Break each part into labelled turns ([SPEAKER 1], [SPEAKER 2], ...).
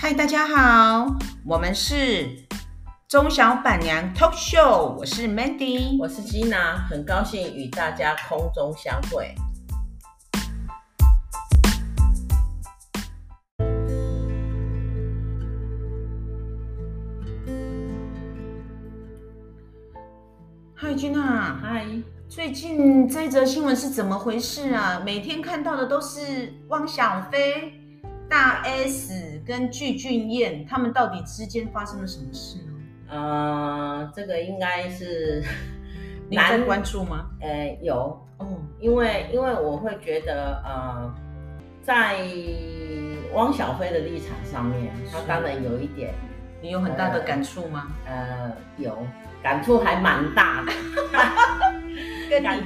[SPEAKER 1] 嗨，大家好，我们是中小板娘 Talk Show，我是 Mandy。
[SPEAKER 2] 我是吉娜，很高兴与大家空中相会。
[SPEAKER 1] 嗨，君娜，
[SPEAKER 2] 嗨，
[SPEAKER 1] 最近这则新闻是怎么回事啊？每天看到的都是汪小菲、大 S 跟具俊彦，他们到底之间发生了什么事呢？
[SPEAKER 2] 呃，这个应该是
[SPEAKER 1] 你有在关注吗？
[SPEAKER 2] 呃有，
[SPEAKER 1] 哦，
[SPEAKER 2] 因为因为我会觉得呃，在汪小菲的立场上面，他
[SPEAKER 1] 是
[SPEAKER 2] 当然有一点
[SPEAKER 1] 你有很大的感触吗？
[SPEAKER 2] 呃有感触还蛮大的，
[SPEAKER 1] 跟
[SPEAKER 2] 感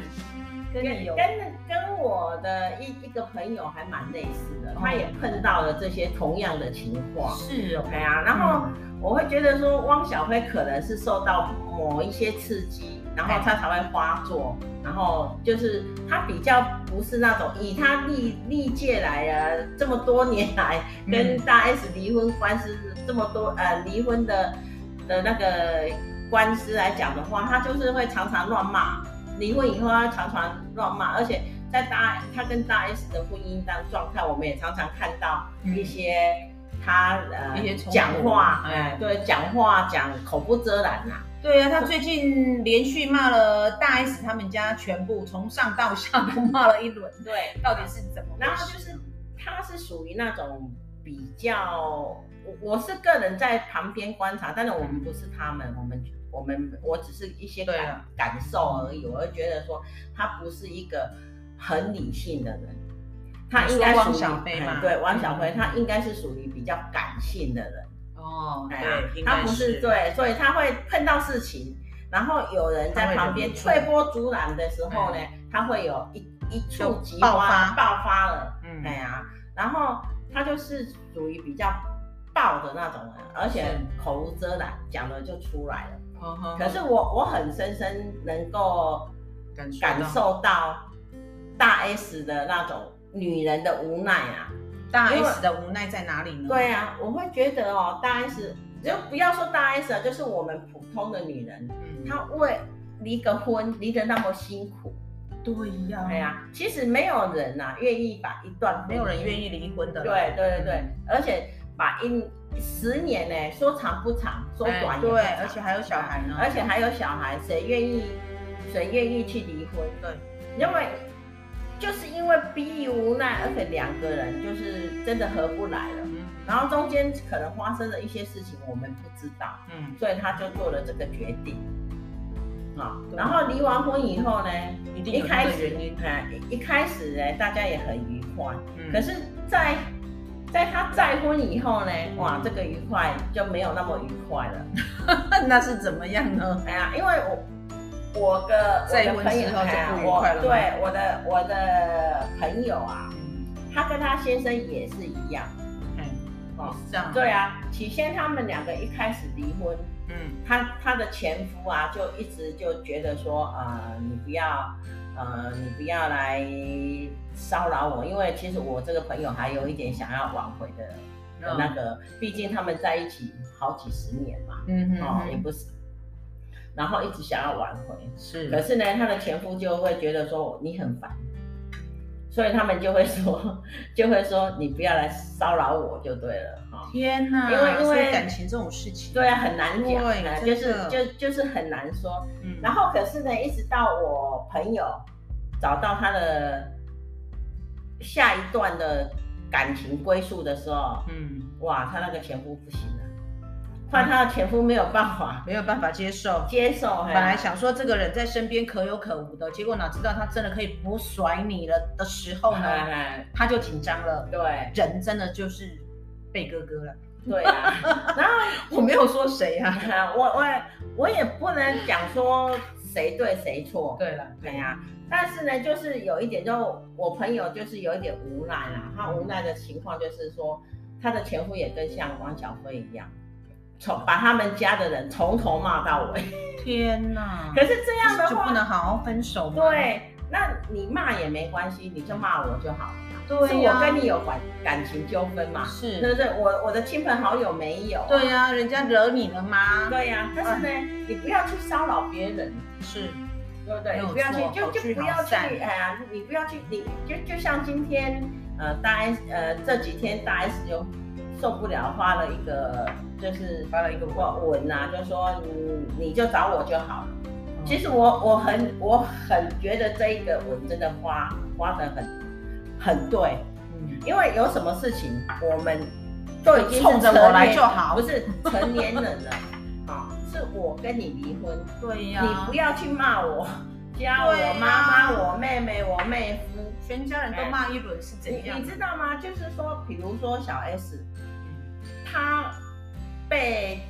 [SPEAKER 1] 跟你有
[SPEAKER 2] 跟跟我的一一个朋友还蛮类似的，
[SPEAKER 1] 哦
[SPEAKER 2] 他也碰到了这些同样的情况。
[SPEAKER 1] 是哦，
[SPEAKER 2] 对啊，然后我会觉得说，汪小菲可能是受到某一些刺激，然后他才会发作，然后就是他比较不是那种以他历历届来啊这么多年来跟大 S 离婚官司这么多呃离婚的的那个官司来讲的话，他就是会常常乱骂，离婚以后他常常乱骂，而且在大他跟大 S 的婚姻当状态，我们也常常看到
[SPEAKER 1] 嗯
[SPEAKER 2] 一些他呃
[SPEAKER 1] 一些冲突
[SPEAKER 2] 讲话，
[SPEAKER 1] 哎
[SPEAKER 2] 哎、对，讲话讲口不遮拦呐、
[SPEAKER 1] 对啊，他最近连续骂了大 S 他们家全部，从上到下都骂了一轮，
[SPEAKER 2] 对，
[SPEAKER 1] 到底是怎么回事？
[SPEAKER 2] 然后就是他是属于那种比较，我我是个人在旁边观察，但是我们不是他们，我们我们我只是一些
[SPEAKER 1] 嗯对
[SPEAKER 2] 感
[SPEAKER 1] 啊
[SPEAKER 2] 感受而已，我就觉得说他不是一个很理性的人。他应该
[SPEAKER 1] 你说
[SPEAKER 2] 属
[SPEAKER 1] 汪
[SPEAKER 2] 于
[SPEAKER 1] 小菲嘛
[SPEAKER 2] 哎对汪小菲，
[SPEAKER 1] 嗯
[SPEAKER 2] 他应该是属于比较感性的人，
[SPEAKER 1] 哦，
[SPEAKER 2] 哎呀
[SPEAKER 1] 对，应
[SPEAKER 2] 他
[SPEAKER 1] 该
[SPEAKER 2] 不是对，所以他会碰到事情，然后有人在旁边
[SPEAKER 1] 他会
[SPEAKER 2] 推
[SPEAKER 1] 忍不
[SPEAKER 2] 波助澜的时候呢，他会有一一触即
[SPEAKER 1] 就爆发
[SPEAKER 2] 爆发了，
[SPEAKER 1] 嗯
[SPEAKER 2] 哎呀、然后他就是属于比较暴的那种人，而且
[SPEAKER 1] 是
[SPEAKER 2] 口无遮拦，讲了就出来了。
[SPEAKER 1] 哦哦
[SPEAKER 2] 可是我我很深深能够
[SPEAKER 1] 感受
[SPEAKER 2] 感
[SPEAKER 1] 到
[SPEAKER 2] 受到大 S 的那种女人的无奈啊，
[SPEAKER 1] 大
[SPEAKER 2] 因为
[SPEAKER 1] S 的无奈在哪里呢？
[SPEAKER 2] 对啊，我会觉得哦，大 S 就不要说大 S 了，就是我们普通的女人，
[SPEAKER 1] 嗯，
[SPEAKER 2] 她为离个婚离得那么辛苦，
[SPEAKER 1] 对呀，
[SPEAKER 2] 对啊呀、其实没有人呐、愿意把一段
[SPEAKER 1] 没有人愿
[SPEAKER 2] 意，
[SPEAKER 1] 意离婚的，
[SPEAKER 2] 对对对对，而且把一十年呢、说长不长，说
[SPEAKER 1] 哎
[SPEAKER 2] 短也不
[SPEAKER 1] 对，
[SPEAKER 2] 长
[SPEAKER 1] 而且还有小孩呢，
[SPEAKER 2] 而且还有小孩，谁愿意谁愿意去离婚？
[SPEAKER 1] 对，
[SPEAKER 2] 因为就是因为逼无奈，而且两个人就是真的合不来了。
[SPEAKER 1] 嗯
[SPEAKER 2] 然后中间可能发生了一些事情，我们不知道，
[SPEAKER 1] 嗯，
[SPEAKER 2] 所以他就做了这个决定。啊、
[SPEAKER 1] 对
[SPEAKER 2] 然后离完婚以后呢，
[SPEAKER 1] 一定
[SPEAKER 2] 一
[SPEAKER 1] 有
[SPEAKER 2] 开
[SPEAKER 1] 这个
[SPEAKER 2] 始
[SPEAKER 1] 原因，
[SPEAKER 2] 哎、一开始呢，大家也很愉快，
[SPEAKER 1] 嗯
[SPEAKER 2] 可 是在，在他再婚以后呢，哇，这个愉快就没有那么愉快 了。
[SPEAKER 1] 那是怎么样呢？
[SPEAKER 2] 哎呀，因为我我的
[SPEAKER 1] 再
[SPEAKER 2] 我
[SPEAKER 1] 婚
[SPEAKER 2] 的朋友
[SPEAKER 1] 之后就
[SPEAKER 2] 哎呀
[SPEAKER 1] 不愉快了吗
[SPEAKER 2] 我对，我的我的朋友啊，
[SPEAKER 1] 嗯，
[SPEAKER 2] 他跟他先生也是一样。
[SPEAKER 1] 哎
[SPEAKER 2] 哦
[SPEAKER 1] 是这样，
[SPEAKER 2] 对，啊，起先他们两个一开始离婚，
[SPEAKER 1] 嗯，
[SPEAKER 2] 他他的前夫啊，就一直就觉得说，呃，你不要，呃，你不要来骚扰我，因为其实我这个朋友还有一点想要挽回的的那个，毕竟他们在一起好几十年嘛，
[SPEAKER 1] 嗯
[SPEAKER 2] 哦，也
[SPEAKER 1] 嗯，
[SPEAKER 2] 不是，然后一直想要挽回，
[SPEAKER 1] 是，
[SPEAKER 2] 可是呢，他的前夫就会觉得说你很烦，所以他们就会说， 就会说你不要来骚扰我就对了，哈、
[SPEAKER 1] 天哪，
[SPEAKER 2] 因为因为
[SPEAKER 1] 所以感情这种事情，
[SPEAKER 2] 对啊，很难讲，
[SPEAKER 1] 对
[SPEAKER 2] 哎
[SPEAKER 1] 真
[SPEAKER 2] 就是
[SPEAKER 1] 的
[SPEAKER 2] 就就是很难说。
[SPEAKER 1] 嗯，
[SPEAKER 2] 然后可是呢，一直到我朋友找到他的下一段的感情归宿的时候，
[SPEAKER 1] 嗯，
[SPEAKER 2] 哇，她那个前夫不行了，换她的前夫没有办法
[SPEAKER 1] 没有办法接受，
[SPEAKER 2] 接受，嘿
[SPEAKER 1] 本来想说这个人在身边可有可无的，结果哪知道他真的可以不甩你了的时候
[SPEAKER 2] 嘿
[SPEAKER 1] 呢，
[SPEAKER 2] 嘿
[SPEAKER 1] 他就紧张了，
[SPEAKER 2] 对
[SPEAKER 1] 人真的就是被哥哥了。
[SPEAKER 2] 对啊， 然后
[SPEAKER 1] 我没有说谁啊。
[SPEAKER 2] 啊我我也我也不能讲说谁对谁错，
[SPEAKER 1] 对了，
[SPEAKER 2] 对呀、但是呢，就是有一点，就我朋友就是有一点无奈啦。他无奈的情况就是说，他的前夫也跟像王小辉一样，从把他们家的人从头骂到尾。
[SPEAKER 1] 天哪！
[SPEAKER 2] 可是这样的
[SPEAKER 1] 嗯就不
[SPEAKER 2] 话，
[SPEAKER 1] 能好好分手吗？，
[SPEAKER 2] 对，那你骂也没关系，你就骂我就好了。是
[SPEAKER 1] 对
[SPEAKER 2] 我
[SPEAKER 1] 呀、
[SPEAKER 2] 跟你有感感情纠纷嘛？对
[SPEAKER 1] 是，
[SPEAKER 2] 不对？我我的亲朋好友没有。
[SPEAKER 1] 对呀、哎人家惹你了吗？
[SPEAKER 2] 对呀、但是呢，你不要去骚扰别人，
[SPEAKER 1] 是，
[SPEAKER 2] 对不对？
[SPEAKER 1] 没有
[SPEAKER 2] 你不要去
[SPEAKER 1] 错，
[SPEAKER 2] 就
[SPEAKER 1] 好
[SPEAKER 2] 就
[SPEAKER 1] 聚
[SPEAKER 2] 不
[SPEAKER 1] 好
[SPEAKER 2] 要去，
[SPEAKER 1] 散
[SPEAKER 2] 哎呀，你不要去，你就就像今天，呃，大 S，呃，这几天大 S 就受不了，发了一个就是
[SPEAKER 1] 发了一个
[SPEAKER 2] 文文啊，就说你你就找我就好了。
[SPEAKER 1] 嗯
[SPEAKER 2] 其实我我很我很觉得这一个文真的花花的很很对，
[SPEAKER 1] 嗯
[SPEAKER 2] 因为有什么事情我们都已经是
[SPEAKER 1] 冲着我来
[SPEAKER 2] 成年
[SPEAKER 1] 就好
[SPEAKER 2] 不是成年人了， 啊，是我跟你离婚，
[SPEAKER 1] 对呀、
[SPEAKER 2] 你不要去骂 我家我
[SPEAKER 1] 对啊
[SPEAKER 2] 妈妈、我妹妹、我妹夫，
[SPEAKER 1] 全家人都骂一轮是
[SPEAKER 2] 你
[SPEAKER 1] 怎样
[SPEAKER 2] 你？知道吗？就是说，比如说小 S，她被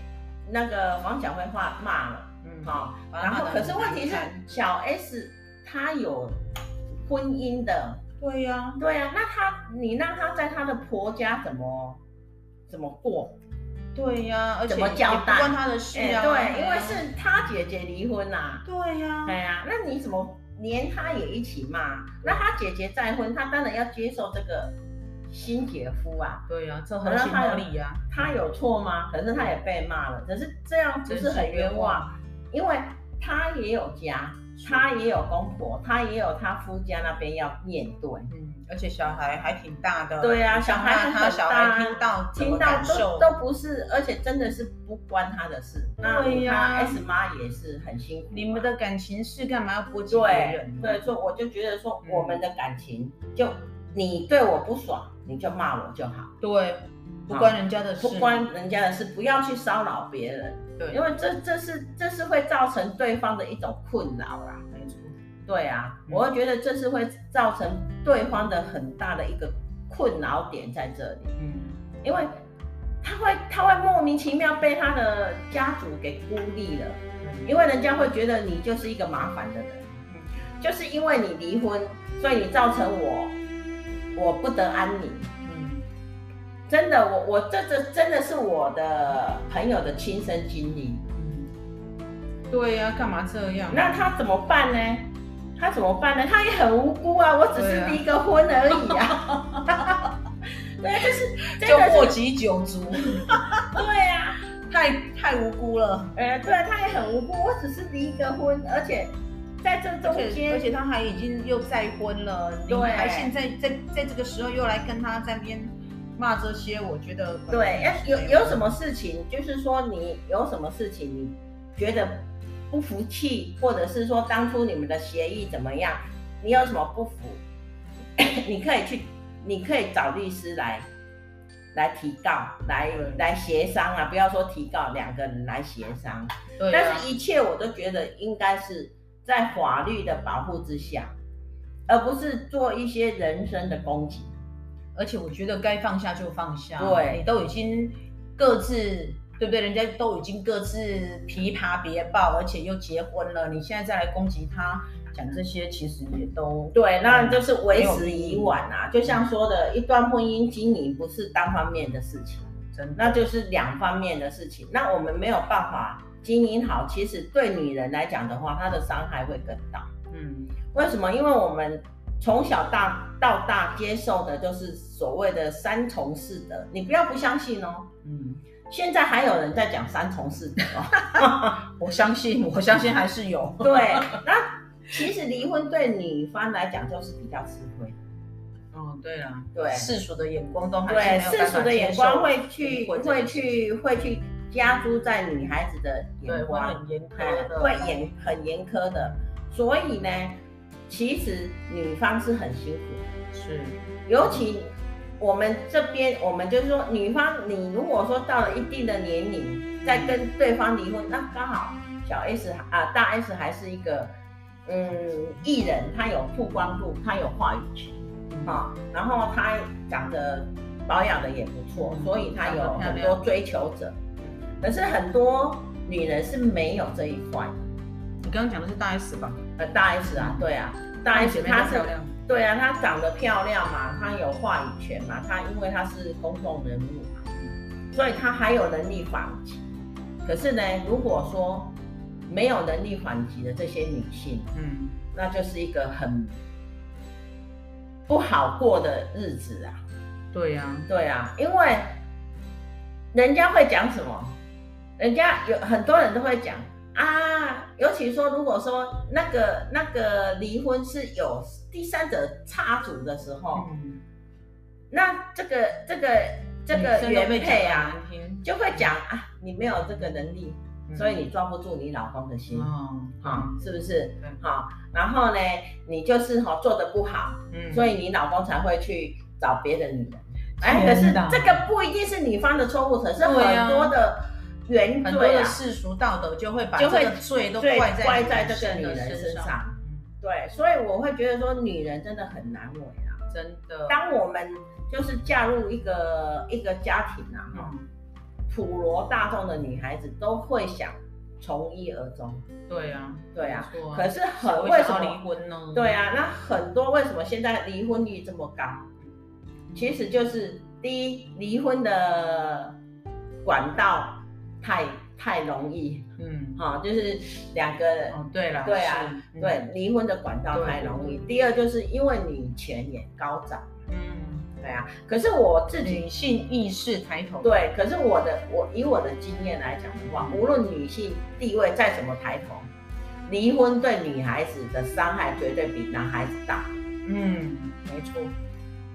[SPEAKER 2] 那个黄晓辉话骂了，
[SPEAKER 1] 嗯，
[SPEAKER 2] 好、
[SPEAKER 1] 把她
[SPEAKER 2] 然后
[SPEAKER 1] 骂得
[SPEAKER 2] 可是
[SPEAKER 1] 很
[SPEAKER 2] 问
[SPEAKER 1] 难
[SPEAKER 2] 题是
[SPEAKER 1] 看
[SPEAKER 2] 小 S 她有婚姻的，
[SPEAKER 1] 对呀、
[SPEAKER 2] 对啊，那她你让她在她的婆家怎么怎么过？
[SPEAKER 1] 对呀、而且
[SPEAKER 2] 怎么交
[SPEAKER 1] 也不
[SPEAKER 2] 代
[SPEAKER 1] 关他的事
[SPEAKER 2] 哎、
[SPEAKER 1] 啊。
[SPEAKER 2] 对，因为
[SPEAKER 1] 呀
[SPEAKER 2] 是她姐姐离婚啦、啊。
[SPEAKER 1] 对呀、
[SPEAKER 2] 哎呀，那你怎么连他也一起骂？那他姐姐再婚，他当然要接受这个新姐夫啊。
[SPEAKER 1] 对呀、这合情合理啊呀、
[SPEAKER 2] 他有错吗？可是他也被骂了，可是这样不是很冤枉？因为他也有家，他也有公婆，他也有他夫家那边要面对。
[SPEAKER 1] 嗯，而且小孩还挺大的。
[SPEAKER 2] 对啊
[SPEAKER 1] 呃你想
[SPEAKER 2] 小孩
[SPEAKER 1] 骂
[SPEAKER 2] 很
[SPEAKER 1] 他小
[SPEAKER 2] 大啊
[SPEAKER 1] 孩听到怎
[SPEAKER 2] 听
[SPEAKER 1] 么
[SPEAKER 2] 到
[SPEAKER 1] 感
[SPEAKER 2] 都
[SPEAKER 1] 受？
[SPEAKER 2] 都不是，而且真的是不关他的事。那
[SPEAKER 1] 对呀
[SPEAKER 2] 他 S 妈也是很辛苦啊。
[SPEAKER 1] 你们的感情事干嘛要波及别
[SPEAKER 2] 对
[SPEAKER 1] 人呢？啊
[SPEAKER 2] 对，所以我就觉得说，
[SPEAKER 1] 嗯
[SPEAKER 2] 我们的感情就你对我不爽，你就骂我就好，
[SPEAKER 1] 对，不关人家的事，
[SPEAKER 2] 不关人家的事，不要去骚扰别人，
[SPEAKER 1] 对，
[SPEAKER 2] 因为这这是这是会造成对方的一种困扰啦。
[SPEAKER 1] 没错，
[SPEAKER 2] 对啊，
[SPEAKER 1] 嗯
[SPEAKER 2] 我会觉得这是会造成对方的很大的一个困扰点在这里，
[SPEAKER 1] 嗯，
[SPEAKER 2] 因为他会他会莫名其妙被他的家族给孤立了。
[SPEAKER 1] 嗯
[SPEAKER 2] 因为人家会觉得你就是一个麻烦的人，就是因为你离婚，所以你造成我我不得安宁。
[SPEAKER 1] 嗯，
[SPEAKER 2] 真的，我我这这真的是我的朋友的亲身经历。
[SPEAKER 1] 嗯对呀、干嘛这样？
[SPEAKER 2] 那他怎么办呢？他怎么办呢？他也很无辜啊，我只
[SPEAKER 1] 对
[SPEAKER 2] 是
[SPEAKER 1] 啊
[SPEAKER 2] 离个婚而已啊。 对啊，就是真
[SPEAKER 1] 就
[SPEAKER 2] 的
[SPEAKER 1] 祸
[SPEAKER 2] 是
[SPEAKER 1] 及九族，
[SPEAKER 2] 对啊，
[SPEAKER 1] 太太无辜了。
[SPEAKER 2] 呃，对啊，他也很无辜，我只是离个婚，而且在这
[SPEAKER 1] 而
[SPEAKER 2] 中
[SPEAKER 1] 且
[SPEAKER 2] 间
[SPEAKER 1] 而，且他还已经又再婚了，你
[SPEAKER 2] 对
[SPEAKER 1] 还现在在在这个时候又来跟他在那边骂这些，我觉得很
[SPEAKER 2] 对，要有有什么事情，就是说你有什么事情，你觉得不服气，或者是说当初你们的协议怎么样，你有什么不服， 你可以去，你可以找律师来来提告，来
[SPEAKER 1] 对
[SPEAKER 2] 来协商啊，不要说提告，两个人来协商。
[SPEAKER 1] 对啊、
[SPEAKER 2] 但是一切我都觉得应该是在法律的保护之下，而不是做一些人身的攻击。
[SPEAKER 1] 而且我觉得该放下就放下，
[SPEAKER 2] 对
[SPEAKER 1] 你都已经各自。对不对？人家都已经各自琵琶别抱，而且又结婚了，你现在再来攻击他，讲这些其实也都
[SPEAKER 2] 对，那就是为时已晚啊。就像说的，一段婚姻经营不是单方面的事情，
[SPEAKER 1] 真的
[SPEAKER 2] 那就是两方面的事情。那我们没有办法经营好，其实对女人来讲的话，她的伤害会更大。
[SPEAKER 1] 嗯，
[SPEAKER 2] 为什么？因为我们从小大到大接受的就是所谓的三从四德，你不要不相信哦。
[SPEAKER 1] 嗯，
[SPEAKER 2] 现在还有人在讲三从四德哦。
[SPEAKER 1] 我相信，我相信还是有，
[SPEAKER 2] 对，那其实离婚对女方来讲就是比较吃亏。
[SPEAKER 1] 哦，对啊，
[SPEAKER 2] 对，
[SPEAKER 1] 世俗的眼光都还是没有
[SPEAKER 2] 对，世
[SPEAKER 1] 办法
[SPEAKER 2] 俗的眼光会
[SPEAKER 1] 接
[SPEAKER 2] 去
[SPEAKER 1] 受离婚这
[SPEAKER 2] 会
[SPEAKER 1] 件事
[SPEAKER 2] 去会去加诸在女孩子的
[SPEAKER 1] 对，
[SPEAKER 2] 眼
[SPEAKER 1] 会
[SPEAKER 2] 光，
[SPEAKER 1] 很严苛
[SPEAKER 2] 哎
[SPEAKER 1] 的，
[SPEAKER 2] 会严很严苛的。所以呢，其实女方是很辛苦，
[SPEAKER 1] 是，
[SPEAKER 2] 尤其我们这边，我们就是说，女方你如果说到了一定的年龄，再跟对方离婚，那刚好小 S 啊大 S 还是一个嗯艺人，她有曝光度，她有话语权。
[SPEAKER 1] 嗯
[SPEAKER 2] 啊、然后她长得保养的也不错，
[SPEAKER 1] 嗯
[SPEAKER 2] 所以她有
[SPEAKER 1] 长得漂
[SPEAKER 2] 很
[SPEAKER 1] 亮
[SPEAKER 2] 多追求者。可是很多女人是没有这一块的，
[SPEAKER 1] 你刚刚讲的是大 S 吧？
[SPEAKER 2] 呃，大 S 啊，对啊，大 S
[SPEAKER 1] 姐妹
[SPEAKER 2] 她
[SPEAKER 1] 嗯都
[SPEAKER 2] 是
[SPEAKER 1] 漂亮，
[SPEAKER 2] 对啊，她长得漂亮嘛，她有话语权嘛，她因为她是公众人物嘛，所以她还有能力反击。可是呢，如果说没有能力反击的这些女性，
[SPEAKER 1] 嗯，
[SPEAKER 2] 那就是一个很不好过的日子啊。
[SPEAKER 1] 对呀、
[SPEAKER 2] 对啊，因为人家会讲什么？人家有很多人都会讲啊，尤其说如果说那个那个离婚是有第三者插足的时候，
[SPEAKER 1] 嗯，
[SPEAKER 2] 那这个这个这个
[SPEAKER 1] 女生都
[SPEAKER 2] 原
[SPEAKER 1] 被
[SPEAKER 2] 配
[SPEAKER 1] 讲
[SPEAKER 2] 啊
[SPEAKER 1] 得，难听，
[SPEAKER 2] 就会讲啊，你没有这个能力，
[SPEAKER 1] 嗯
[SPEAKER 2] 所以你抓不住你老公的心，啊、
[SPEAKER 1] 哦，
[SPEAKER 2] 是不是
[SPEAKER 1] 对？
[SPEAKER 2] 好、然后呢，你就是哈、做的不好，
[SPEAKER 1] 嗯
[SPEAKER 2] 所
[SPEAKER 1] 以
[SPEAKER 2] 以你老公才会去找别的女人。哎，
[SPEAKER 1] 天
[SPEAKER 2] 可是
[SPEAKER 1] 哪
[SPEAKER 2] 这个不一定是女方的错误，可是
[SPEAKER 1] 啊对啊
[SPEAKER 2] 很多的原
[SPEAKER 1] 很多
[SPEAKER 2] 罪
[SPEAKER 1] 的
[SPEAKER 2] 啊，
[SPEAKER 1] 世俗道德就会把
[SPEAKER 2] 就
[SPEAKER 1] 这
[SPEAKER 2] 会
[SPEAKER 1] 个罪都
[SPEAKER 2] 罪
[SPEAKER 1] 怪在
[SPEAKER 2] 怪在这个
[SPEAKER 1] 女
[SPEAKER 2] 女人身
[SPEAKER 1] 身
[SPEAKER 2] 上，
[SPEAKER 1] 嗯
[SPEAKER 2] 对，所以我会觉得说女人真的很难为啊。
[SPEAKER 1] 真的，
[SPEAKER 2] 当我们就是嫁入一个一个家庭啊，哈、
[SPEAKER 1] 嗯，
[SPEAKER 2] 普罗大众的女孩子都会想从一而终，
[SPEAKER 1] 对呀，
[SPEAKER 2] 对啊，
[SPEAKER 1] 没错
[SPEAKER 2] 可是很
[SPEAKER 1] 谁
[SPEAKER 2] 为
[SPEAKER 1] 会
[SPEAKER 2] 什
[SPEAKER 1] 想要
[SPEAKER 2] 么
[SPEAKER 1] 离婚呢？
[SPEAKER 2] 对啊，那很多为什么现在离婚率这么高？其实就是第一，离婚的管道太太容易
[SPEAKER 1] 嗯，
[SPEAKER 2] 哈、就是两个人、
[SPEAKER 1] 哦，对了，
[SPEAKER 2] 对啊
[SPEAKER 1] 是，
[SPEAKER 2] 对离婚的管道太容易。第二，就是因为你钱也高涨，
[SPEAKER 1] 嗯，
[SPEAKER 2] 对啊。可是我自
[SPEAKER 1] 嗯，
[SPEAKER 2] 己
[SPEAKER 1] 女性意识抬头，
[SPEAKER 2] 对，可是我的我以我的经验来讲的话，无论女性地位再怎么抬头，离婚对女孩子的伤害绝对比男孩子大。
[SPEAKER 1] 嗯，没错，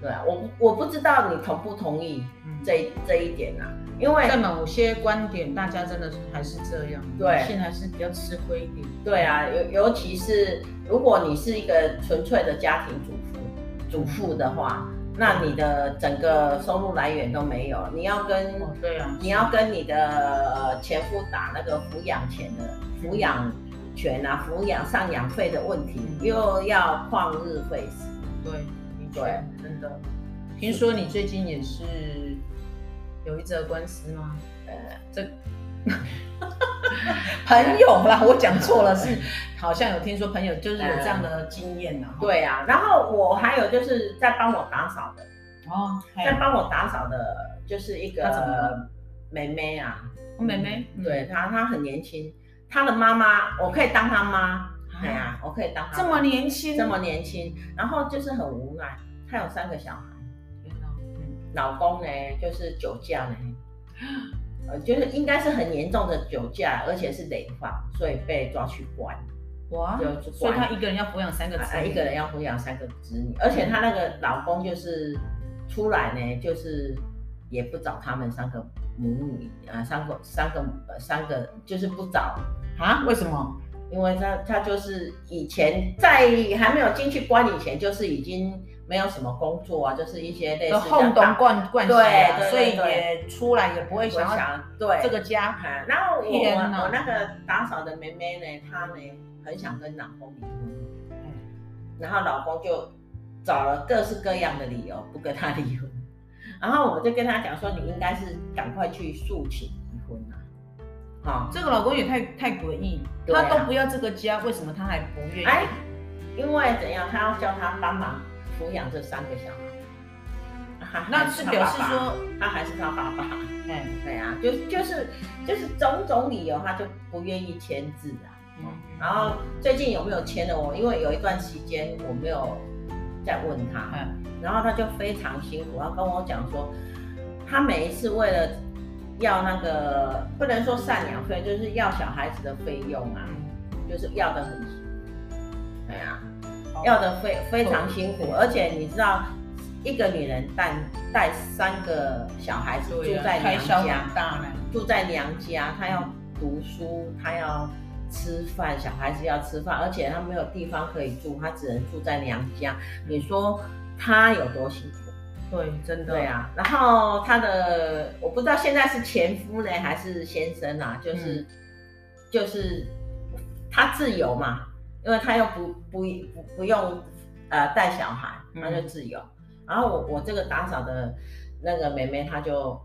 [SPEAKER 2] 对啊，我不我不知道你同不同意
[SPEAKER 1] 嗯
[SPEAKER 2] 这一这一点啊，因为
[SPEAKER 1] 在某些观点，大家真的是还是这样，
[SPEAKER 2] 对
[SPEAKER 1] 女性还是比较吃亏一点，
[SPEAKER 2] 对啊，尤尤其是如果你是一个纯粹的家庭主妇主妇的话，那你的整个收入来源都没有，你要跟、
[SPEAKER 1] 哦，对啊，
[SPEAKER 2] 你要跟你的呃前夫打那个抚养钱的抚养权啊，抚养赡养费的问题，
[SPEAKER 1] 嗯
[SPEAKER 2] 又要旷日费时。
[SPEAKER 1] 对，的
[SPEAKER 2] 对
[SPEAKER 1] 确，真的。听说你最近也是有一则官司吗？
[SPEAKER 2] 呃
[SPEAKER 1] 朋友啦，我讲错了，是 好像有听说朋友就是有这样的经验呐。
[SPEAKER 2] 对啊，然后我还有就是在帮我打扫的。
[SPEAKER 1] 哦，
[SPEAKER 2] 在帮我打扫的，就是一
[SPEAKER 1] 她怎么
[SPEAKER 2] 个
[SPEAKER 1] 了
[SPEAKER 2] 妹妹啊，
[SPEAKER 1] 我妹妹，嗯
[SPEAKER 2] 对她，她很年轻，她的妈妈，我可以当她妈，哎呀、我可以当她
[SPEAKER 1] 啊这
[SPEAKER 2] 妈
[SPEAKER 1] 么年轻，
[SPEAKER 2] 这么年轻，然后就是很无奈，她有三个小孩，
[SPEAKER 1] 天哪，嗯
[SPEAKER 2] 老公呢就是酒驾 呢，呃，就是应该是很严重的酒驾，而且是累犯，所以被抓去关，
[SPEAKER 1] 哇
[SPEAKER 2] 就，就
[SPEAKER 1] 所以
[SPEAKER 2] 关
[SPEAKER 1] 她一个人要抚养三个子
[SPEAKER 2] 啊，
[SPEAKER 1] 女，
[SPEAKER 2] 一个人要抚养三个子女，而
[SPEAKER 1] 嗯
[SPEAKER 2] 且她那个老公就是出来呢，就是也不找他们三个母女啊，三个三个呃三个就是不找，
[SPEAKER 1] 啊？为什么？
[SPEAKER 2] 因为他他就是以前在还没有进去关以前，就是已经没有什么工作啊，就是一些类似
[SPEAKER 1] 都轰动惯惯习啊
[SPEAKER 2] 对对对
[SPEAKER 1] 所以也出来也不
[SPEAKER 2] 我
[SPEAKER 1] 会想要
[SPEAKER 2] 想对
[SPEAKER 1] 这个家。
[SPEAKER 2] 啊然后我
[SPEAKER 1] 天
[SPEAKER 2] 我
[SPEAKER 1] 哪
[SPEAKER 2] 我那个打扫的妹妹呢，她呢很想跟老公离婚，
[SPEAKER 1] 嗯
[SPEAKER 2] 然后老公就找了各式各样的理由不跟她离婚，然后我就跟她讲说，你应该是赶快去诉请离婚啊，好、
[SPEAKER 1] 这个老公也太太诡异，
[SPEAKER 2] 对啊
[SPEAKER 1] 他都不要这个家，为什么他还不愿意？
[SPEAKER 2] 哎，因为怎样，她要叫她帮忙抚养这三个小孩，啊
[SPEAKER 1] 那是表示，说，
[SPEAKER 2] 她还是她爸爸，
[SPEAKER 1] 哎，
[SPEAKER 2] 对啊，就就是就是种种理由，她就不愿意签字啊。
[SPEAKER 1] 嗯
[SPEAKER 2] 然后最近有没有签了我？哦因为有一段时间我没有再问他，
[SPEAKER 1] 哎，
[SPEAKER 2] 然后他就非常辛苦，他跟我讲说，他每一次为了要那个不能说赡养费，就是要小孩子的费用啊，就是要的很，哎呀、
[SPEAKER 1] 好
[SPEAKER 2] 要的非非常辛苦，
[SPEAKER 1] 哦对
[SPEAKER 2] 而且你知道。一个女人带带三个小孩子住
[SPEAKER 1] 对啊
[SPEAKER 2] 在
[SPEAKER 1] 开
[SPEAKER 2] 娘
[SPEAKER 1] 销
[SPEAKER 2] 家，
[SPEAKER 1] 很大呢。
[SPEAKER 2] 住在娘家，她要读书，她要吃饭，小孩子要吃饭，而且她没有地方可以住，她只能住在娘家。你说她有多辛苦？
[SPEAKER 1] 对，真的。
[SPEAKER 2] 对，啊，然后她的我不知道现在是前夫呢还是先生啊，就是、
[SPEAKER 1] 嗯
[SPEAKER 2] 就是她自由嘛，因为她又不不不不用呃带小孩，
[SPEAKER 1] 嗯
[SPEAKER 2] 她就自由。然后我我这个打扫的那个妹妹她就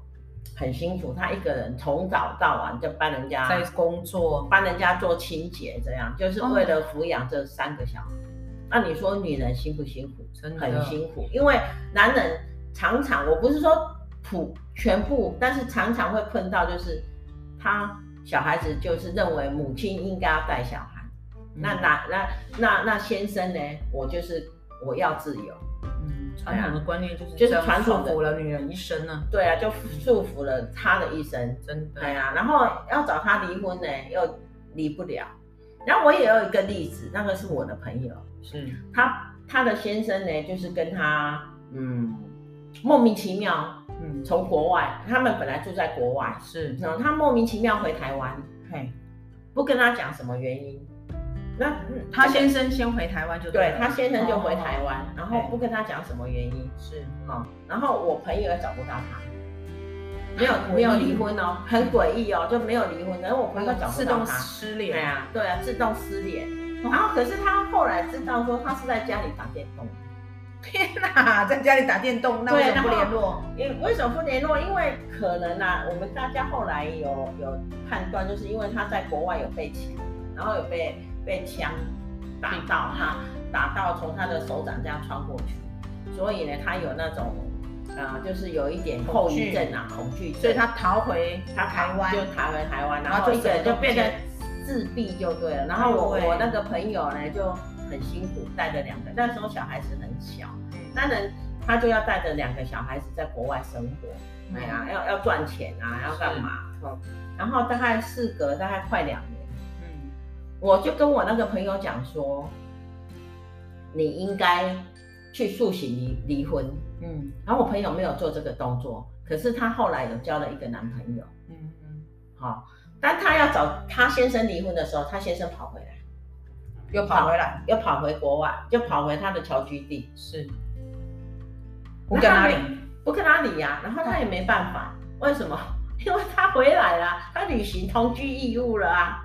[SPEAKER 2] 很辛苦，她一个人从早到晚就帮人家
[SPEAKER 1] 在工作，
[SPEAKER 2] 帮人家做清洁，这样就是
[SPEAKER 1] 哦
[SPEAKER 2] 为了抚养这三个小孩。那你说女人辛不辛苦？
[SPEAKER 1] 真的
[SPEAKER 2] 很辛苦，因为男人常常，我不是说普全部，但是常常会碰到，就是他小孩子就是认为母亲应该要带小孩，那
[SPEAKER 1] 嗯
[SPEAKER 2] 那那那那先生呢？我就是我要自由，
[SPEAKER 1] 嗯传统的观念就是
[SPEAKER 2] 啊就是
[SPEAKER 1] 这样
[SPEAKER 2] 传统的
[SPEAKER 1] 束缚了女人一生呢，
[SPEAKER 2] 对啊，就束缚了他的一生。
[SPEAKER 1] 真的
[SPEAKER 2] 对。啊，然后要找他离婚呢，又离不了。然后我也有一个例子，那个是我的朋友，
[SPEAKER 1] 是，
[SPEAKER 2] 他他的先生呢，就是跟他嗯莫名其妙
[SPEAKER 1] 嗯，
[SPEAKER 2] 从国外，他们本来住在国外，
[SPEAKER 1] 是，
[SPEAKER 2] 然后他莫名其妙回台湾，
[SPEAKER 1] 嘿，
[SPEAKER 2] 不跟他讲什么原因。那嗯
[SPEAKER 1] 他
[SPEAKER 2] 这个
[SPEAKER 1] 先生先回台湾就
[SPEAKER 2] 对
[SPEAKER 1] 了
[SPEAKER 2] 他先生就回
[SPEAKER 1] 哦
[SPEAKER 2] 台湾，然后不跟他讲什么原因，
[SPEAKER 1] 是，
[SPEAKER 2] 哦，然后我朋友也找不到他，没有没有离婚哦，很诡异哦，就没有离婚，然后我朋友找不
[SPEAKER 1] 哦自
[SPEAKER 2] 到
[SPEAKER 1] 动
[SPEAKER 2] 他，
[SPEAKER 1] 失
[SPEAKER 2] 对
[SPEAKER 1] 联，
[SPEAKER 2] 啊，对啊，自动失联。然后可是他后来知道说他是在家里打电动，
[SPEAKER 1] 天哪， 在家里打电动，那
[SPEAKER 2] 啊对
[SPEAKER 1] 为什么不
[SPEAKER 2] 然后
[SPEAKER 1] 联络？
[SPEAKER 2] 因为为什么不联络？因为可能啊，我们大家后来有有判断，就是因为他在国外有被抢，然后有被被枪打到哈，打到从他的手掌这样穿过去，所以呢，他有那种呃，就是有一点后遗症啊，恐惧症，
[SPEAKER 1] 所以他逃回
[SPEAKER 2] 他
[SPEAKER 1] 台湾
[SPEAKER 2] 就，逃回台湾，
[SPEAKER 1] 然
[SPEAKER 2] 然
[SPEAKER 1] 后
[SPEAKER 2] 后
[SPEAKER 1] 就
[SPEAKER 2] 一个人
[SPEAKER 1] 什么
[SPEAKER 2] 就
[SPEAKER 1] 都不
[SPEAKER 2] 变
[SPEAKER 1] 见
[SPEAKER 2] 得自闭就对了。然后我
[SPEAKER 1] 哎呦喂
[SPEAKER 2] 我那个朋友呢就很辛苦带着两个，那时候小孩子很小，当然他就要带着两个小孩子在国外生活。
[SPEAKER 1] 嗯
[SPEAKER 2] 哎呀，要要赚钱啊，要干嘛？嗯，然后大概事隔大概快两年，
[SPEAKER 1] 嗯，
[SPEAKER 2] 我就跟我那个朋友讲说，你应该去诉请离离婚。
[SPEAKER 1] 嗯
[SPEAKER 2] 然后我朋友没有做这个动作，可是她后来有交了一个男朋友，
[SPEAKER 1] 嗯嗯，
[SPEAKER 2] 好、当她要找她先生离婚的时候，她先生跑回来，
[SPEAKER 1] 又跑回来，
[SPEAKER 2] 又跑回国外，又跑回他的侨居地，
[SPEAKER 1] 是，
[SPEAKER 2] 那
[SPEAKER 1] 我跟
[SPEAKER 2] 他
[SPEAKER 1] 哪里
[SPEAKER 2] 没？不跟他理呀、然后他也没办法，为什么？ 因为他回来啦，他履行同居义务了啊。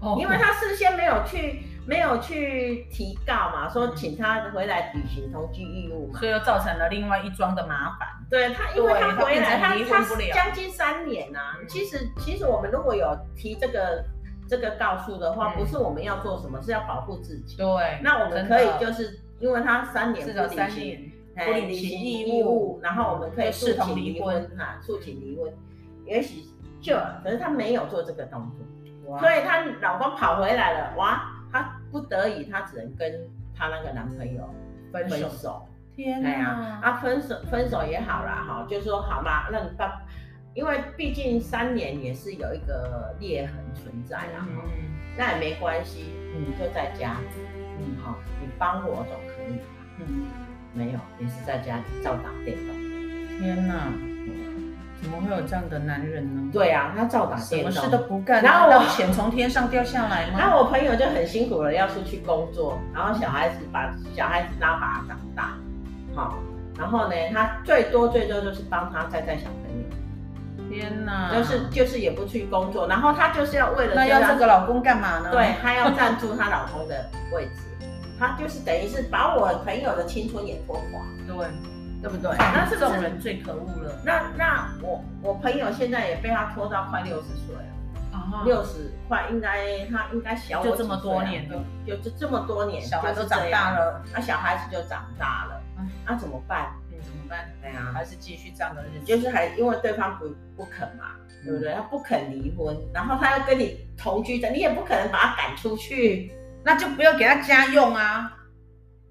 [SPEAKER 1] 哦
[SPEAKER 2] 因为他事先没有去没有去提告嘛，说请他回来履行同居义务嘛。
[SPEAKER 1] 所以又造成了另外一桩的麻烦。
[SPEAKER 2] 对他，因为
[SPEAKER 1] 嗯对
[SPEAKER 2] 他
[SPEAKER 1] 他
[SPEAKER 2] 回来，
[SPEAKER 1] 变成
[SPEAKER 2] 他
[SPEAKER 1] 离
[SPEAKER 2] 他
[SPEAKER 1] 婚不了
[SPEAKER 2] 将近三年呐、啊。其实其实我们如果有提这个这个告诉的话，
[SPEAKER 1] 嗯
[SPEAKER 2] 不是我们要做什么，是要保护自己。
[SPEAKER 1] 对
[SPEAKER 2] 那我们
[SPEAKER 1] 真
[SPEAKER 2] 可以
[SPEAKER 1] 的
[SPEAKER 2] 就是因为他三年
[SPEAKER 1] 至
[SPEAKER 2] 不
[SPEAKER 1] 少
[SPEAKER 2] 履
[SPEAKER 1] 三
[SPEAKER 2] 行。
[SPEAKER 1] 年，
[SPEAKER 2] 哎
[SPEAKER 1] 不履行义务，
[SPEAKER 2] 然后我们可以
[SPEAKER 1] 就视
[SPEAKER 2] 诉
[SPEAKER 1] 同
[SPEAKER 2] 请
[SPEAKER 1] 离
[SPEAKER 2] 离
[SPEAKER 1] 婚。
[SPEAKER 2] 婚啊，诉请离婚，也许就啊可是他没有做这个动作。
[SPEAKER 1] 哇
[SPEAKER 2] 所以她老公跑回来了，哇，她不得已，她只能跟她那个男朋友
[SPEAKER 1] 分
[SPEAKER 2] 分
[SPEAKER 1] 手，
[SPEAKER 2] 手。
[SPEAKER 1] 天
[SPEAKER 2] 对呀、啊，
[SPEAKER 1] 哪！
[SPEAKER 2] 啊，分手分手也好啦，哈，就说好嘛，那你爸，因为毕竟三年也是有一个裂痕存在啦，哈
[SPEAKER 1] 嗯
[SPEAKER 2] 那也没关系，你就在家，嗯，好，你帮我总可以吧？
[SPEAKER 1] 嗯，
[SPEAKER 2] 没有，也是在家里照打电动。
[SPEAKER 1] 天哪！怎么会有这样的男人呢？
[SPEAKER 2] 对啊，他照打
[SPEAKER 1] 什
[SPEAKER 2] 电
[SPEAKER 1] 么
[SPEAKER 2] 动，
[SPEAKER 1] 事都不干，
[SPEAKER 2] 然后我
[SPEAKER 1] 让钱从天上掉下来吗？
[SPEAKER 2] 然后我朋友就很辛苦了，要出去工作，然后小孩子把小孩子拉拔长大，好、然后呢，他最多最多就是帮他带带小朋友，
[SPEAKER 1] 天哪！
[SPEAKER 2] 就是就是也不去工作，然后他就是要为了
[SPEAKER 1] 啊那要
[SPEAKER 2] 让
[SPEAKER 1] 这个老公干嘛呢？
[SPEAKER 2] 对，她要占住她老公的位置，她就是等于是把我朋友的青春也拖垮，
[SPEAKER 1] 对，
[SPEAKER 2] 对不对？那
[SPEAKER 1] 那
[SPEAKER 2] 是
[SPEAKER 1] 这
[SPEAKER 2] 不
[SPEAKER 1] 种
[SPEAKER 2] 是？
[SPEAKER 1] 人最可恶了。
[SPEAKER 2] 那那我我朋友现在也被他拖到快六十岁了。
[SPEAKER 1] 啊
[SPEAKER 2] 六十快，应该他应该小我
[SPEAKER 1] 就这么
[SPEAKER 2] 几岁啊
[SPEAKER 1] 多年了，
[SPEAKER 2] 就就这么多年，
[SPEAKER 1] 小孩都
[SPEAKER 2] 就是这
[SPEAKER 1] 长
[SPEAKER 2] 样
[SPEAKER 1] 大了，
[SPEAKER 2] 那、小孩子就长大了，那、
[SPEAKER 1] 嗯
[SPEAKER 2] 怎么办？
[SPEAKER 1] 嗯怎么办？
[SPEAKER 2] 对啊，
[SPEAKER 1] 还是继续这样的日子？
[SPEAKER 2] 就是还因为对方不不肯嘛，对不对？
[SPEAKER 1] 嗯
[SPEAKER 2] 他不肯离婚，然后他要跟你同居的，你也不可能把他赶出去，
[SPEAKER 1] 那就不要给他家用啊，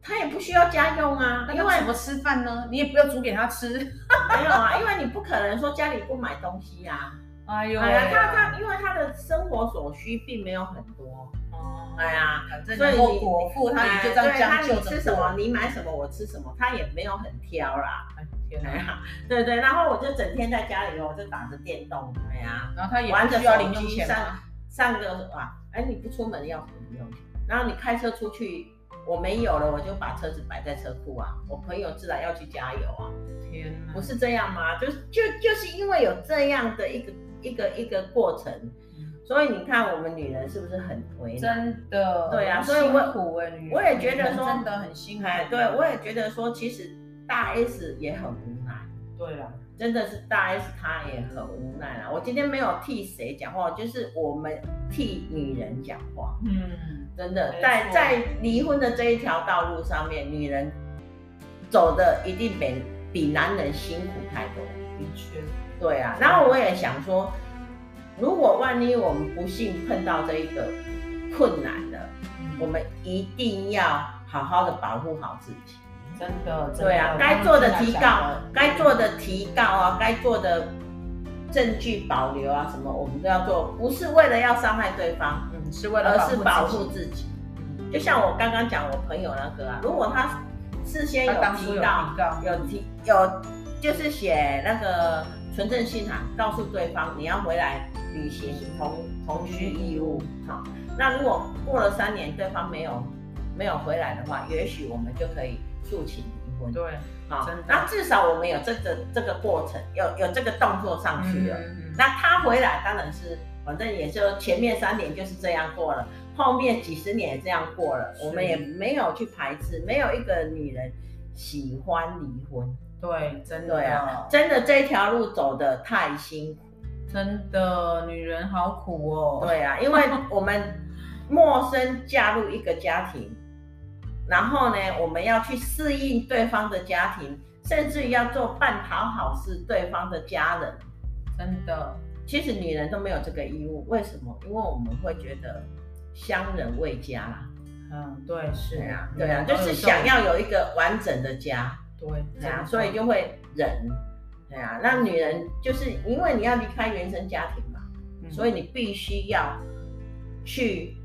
[SPEAKER 2] 他也不需要家用啊，
[SPEAKER 1] 那
[SPEAKER 2] 因
[SPEAKER 1] 要
[SPEAKER 2] 为
[SPEAKER 1] 怎么吃饭呢？你也不要煮给他吃。
[SPEAKER 2] 没有啊，因为你不可能说家里不买东西啊。
[SPEAKER 1] 哎呦
[SPEAKER 2] 哎呀，他他因为他的生活所需并没有很多，
[SPEAKER 1] 哦
[SPEAKER 2] 哎呀。
[SPEAKER 1] 反正
[SPEAKER 2] 所以
[SPEAKER 1] 能够
[SPEAKER 2] 你
[SPEAKER 1] 果腹，他
[SPEAKER 2] 哎
[SPEAKER 1] 也就
[SPEAKER 2] 对
[SPEAKER 1] 这样将就着
[SPEAKER 2] 他你吃什
[SPEAKER 1] 过
[SPEAKER 2] 么，你买什么，我吃什么，他也没有很挑啦。
[SPEAKER 1] 哎天
[SPEAKER 2] 哎
[SPEAKER 1] 哪！
[SPEAKER 2] 呀，对对，然后我就整天在家里，哦我就打着电动，哎呀，
[SPEAKER 1] 然后他也
[SPEAKER 2] 玩
[SPEAKER 1] 不
[SPEAKER 2] 着
[SPEAKER 1] 需要
[SPEAKER 2] 手
[SPEAKER 1] 零用
[SPEAKER 2] 机
[SPEAKER 1] 钱
[SPEAKER 2] 上
[SPEAKER 1] 吗？
[SPEAKER 2] 上个啊，哎，你不出门要什么零用钱？然后你开车出去，我没有了，我就把车子摆在车库啊，我朋友自然要去加油啊，
[SPEAKER 1] 天哪！
[SPEAKER 2] 不是这样吗？就是就就是因为有这样的一个一个一个过程，所以你看我们女人是不是很为难？
[SPEAKER 1] 真的，
[SPEAKER 2] 对啊
[SPEAKER 1] 很
[SPEAKER 2] 所以我
[SPEAKER 1] 辛苦哎，女人
[SPEAKER 2] 我也觉得说
[SPEAKER 1] 真的很辛苦。
[SPEAKER 2] 哎，对，我也觉得说，其实大 S 也很无奈，
[SPEAKER 1] 对啊了，
[SPEAKER 2] 真的是大 S 她也很无奈啦。我今天没有替谁讲话，就是我们替女人讲话，
[SPEAKER 1] 嗯，
[SPEAKER 2] 真的
[SPEAKER 1] 没
[SPEAKER 2] 在
[SPEAKER 1] 错
[SPEAKER 2] 在离婚的这一条道路上面，女人走的一定比比男人辛苦太多。
[SPEAKER 1] 的确，
[SPEAKER 2] 对啊，然后我也想说，如果万一我们不幸碰到这一个困难了，
[SPEAKER 1] 嗯
[SPEAKER 2] 我们一定要好好的保护好自己。
[SPEAKER 1] 真的，真的
[SPEAKER 2] 对啊，该做的提告，该做
[SPEAKER 1] 的
[SPEAKER 2] 的提告啊，该做的证据保留啊，什么我们都要做，不是为了要伤害对方，
[SPEAKER 1] 嗯是为了
[SPEAKER 2] 而是保护
[SPEAKER 1] 己
[SPEAKER 2] 自己。就像我刚刚讲我朋友那个啊，如果他事先有
[SPEAKER 1] 他当初
[SPEAKER 2] 提
[SPEAKER 1] 有
[SPEAKER 2] 到
[SPEAKER 1] 提告，
[SPEAKER 2] 有提有就是写那个存证信函，告诉对方你要回来履行同
[SPEAKER 1] 嗯
[SPEAKER 2] 同居义务。好，那如果过了三年对方没有没有回来的话，也许我们就可以诉请离婚。
[SPEAKER 1] 对，
[SPEAKER 2] 好
[SPEAKER 1] 真的，
[SPEAKER 2] 啊那至少我们有这个这个过程，有有这个动作上去了。
[SPEAKER 1] 嗯
[SPEAKER 2] 那他回来当然是，反正也就前面三年就是这样过了，后面几十年也这样过了，
[SPEAKER 1] 是
[SPEAKER 2] 我们也没有去排斥，没有一个女人喜欢离婚。
[SPEAKER 1] 对，真的
[SPEAKER 2] 对啊，真的这条路走得太辛苦。
[SPEAKER 1] 真的，女人好苦哦。
[SPEAKER 2] 对啊，因为我们陌生嫁入一个家庭，然后呢，我们要去适应对方的家庭，甚至于要做半讨好是对方的家人。
[SPEAKER 1] 真的，
[SPEAKER 2] 其实女人都没有这个义务，为什么？因为我们会觉得乡人为家啦。
[SPEAKER 1] 嗯，对，是
[SPEAKER 2] 对啊，对啊，就是想要有一个完整的家，
[SPEAKER 1] 对，
[SPEAKER 2] 对啊，所以就会忍。对啊，那女人就是因为你要离开原生家庭嘛，
[SPEAKER 1] 嗯
[SPEAKER 2] 所以你必须要去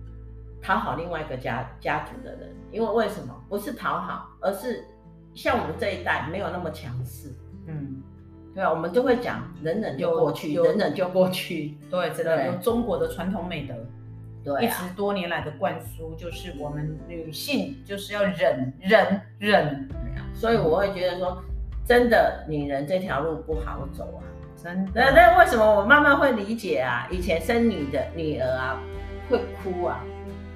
[SPEAKER 2] 讨好另外一个家家族的人，因为为什么？不是讨好，而是像我们这一代没有那么强势。
[SPEAKER 1] 嗯，
[SPEAKER 2] 对啊，我们就会讲忍忍就
[SPEAKER 1] 有
[SPEAKER 2] 过去，
[SPEAKER 1] 有
[SPEAKER 2] 忍忍就过去。
[SPEAKER 1] 对，真
[SPEAKER 2] 对
[SPEAKER 1] 的有中国的传统美德。
[SPEAKER 2] 对
[SPEAKER 1] 一
[SPEAKER 2] 啊，
[SPEAKER 1] 直多年来的灌输，就是我们女性就是要忍忍忍，
[SPEAKER 2] 所以我会觉得说，真的女人这条路不好走啊。
[SPEAKER 1] 真的，
[SPEAKER 2] 那那为什么我慢慢会理解啊？以前生女的女儿啊，会哭啊，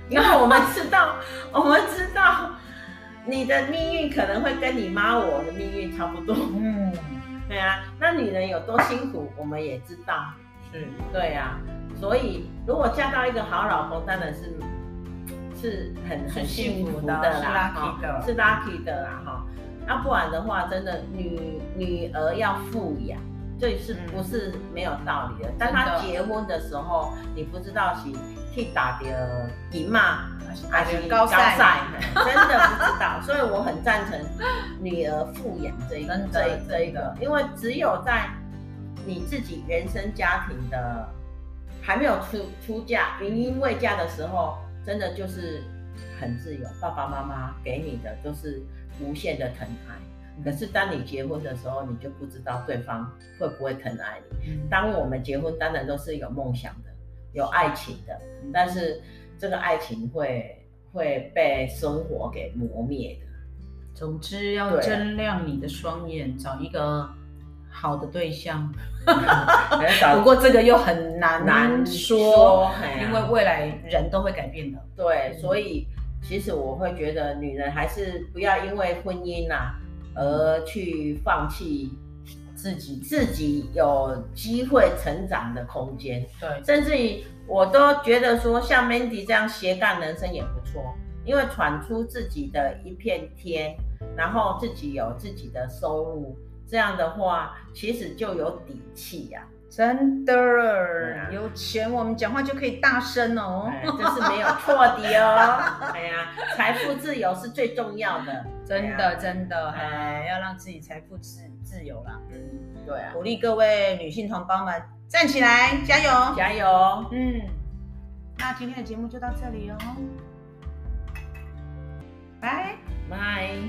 [SPEAKER 2] 因为我们知道，我们知道你的命运可能会跟你妈我的命运差不多。
[SPEAKER 1] 嗯，
[SPEAKER 2] 对啊，那女人有多辛苦，我们也知道。
[SPEAKER 1] 是
[SPEAKER 2] 对啊，所以如果嫁到一个好老公，当然是是很
[SPEAKER 1] 是
[SPEAKER 2] 很幸
[SPEAKER 1] 幸
[SPEAKER 2] 福
[SPEAKER 1] 福
[SPEAKER 2] 的
[SPEAKER 1] 的
[SPEAKER 2] 啦，
[SPEAKER 1] 是 lucky 的
[SPEAKER 2] 哈是 lucky 的啦哈。那不然的话，真的女女儿要富养，这是
[SPEAKER 1] 嗯
[SPEAKER 2] 不是没有道理的？当
[SPEAKER 1] 真的
[SPEAKER 2] 她结婚的时候，你不知道是去打的姨妈还是
[SPEAKER 1] 高
[SPEAKER 2] 赛，
[SPEAKER 1] 赛，
[SPEAKER 2] 真的不知道。所以我很赞成女儿富养这一
[SPEAKER 1] 真的
[SPEAKER 2] 这一这一
[SPEAKER 1] 真的
[SPEAKER 2] 个，因为只有在你自己原生家庭的还没有出出嫁、云因未嫁的时候，真的就是很自由，爸爸妈妈给你的都是无限的疼爱。可是当你结婚的时候，你就不知道对方会不会疼爱你。
[SPEAKER 1] 嗯
[SPEAKER 2] 当我们结婚，当然都是有梦想的，有爱情的，
[SPEAKER 1] 嗯
[SPEAKER 2] 但是这个爱情会会被生活给磨灭的。
[SPEAKER 1] 总之要
[SPEAKER 2] 对啊
[SPEAKER 1] 睁亮你的双眼，找一个好的对象。不
[SPEAKER 2] 找
[SPEAKER 1] 过这个又很难
[SPEAKER 2] 啊难
[SPEAKER 1] 说，
[SPEAKER 2] 说，嘿啊
[SPEAKER 1] 因为未来人都会改变的。
[SPEAKER 2] 对，所以其实我会觉得，女人还是不要因为婚姻呐、而去放弃
[SPEAKER 1] 自己
[SPEAKER 2] 自己有机会成长的空间。
[SPEAKER 1] 对，
[SPEAKER 2] 甚至于，我都觉得说，像 Mandy 这样斜杠人生也不错，因为闯出自己的一片天，然后自己有自己的收入，这样的话，其实就有底气呀、
[SPEAKER 1] 真
[SPEAKER 2] 啊
[SPEAKER 1] 的有钱，我们讲话就可以大声哦
[SPEAKER 2] 哎，这是没有错的 哦。哎呀，财富自由是最重要的。
[SPEAKER 1] 真
[SPEAKER 2] 哎呀
[SPEAKER 1] 的真的，
[SPEAKER 2] 哎呀
[SPEAKER 1] 哎，要让自己财富自自由啦。
[SPEAKER 2] 嗯，对啊，
[SPEAKER 1] 鼓励各位女性同胞们站起来，加油！
[SPEAKER 2] 加油！哦
[SPEAKER 1] 嗯，那今天的节目就到这里哦，拜。
[SPEAKER 2] 拜。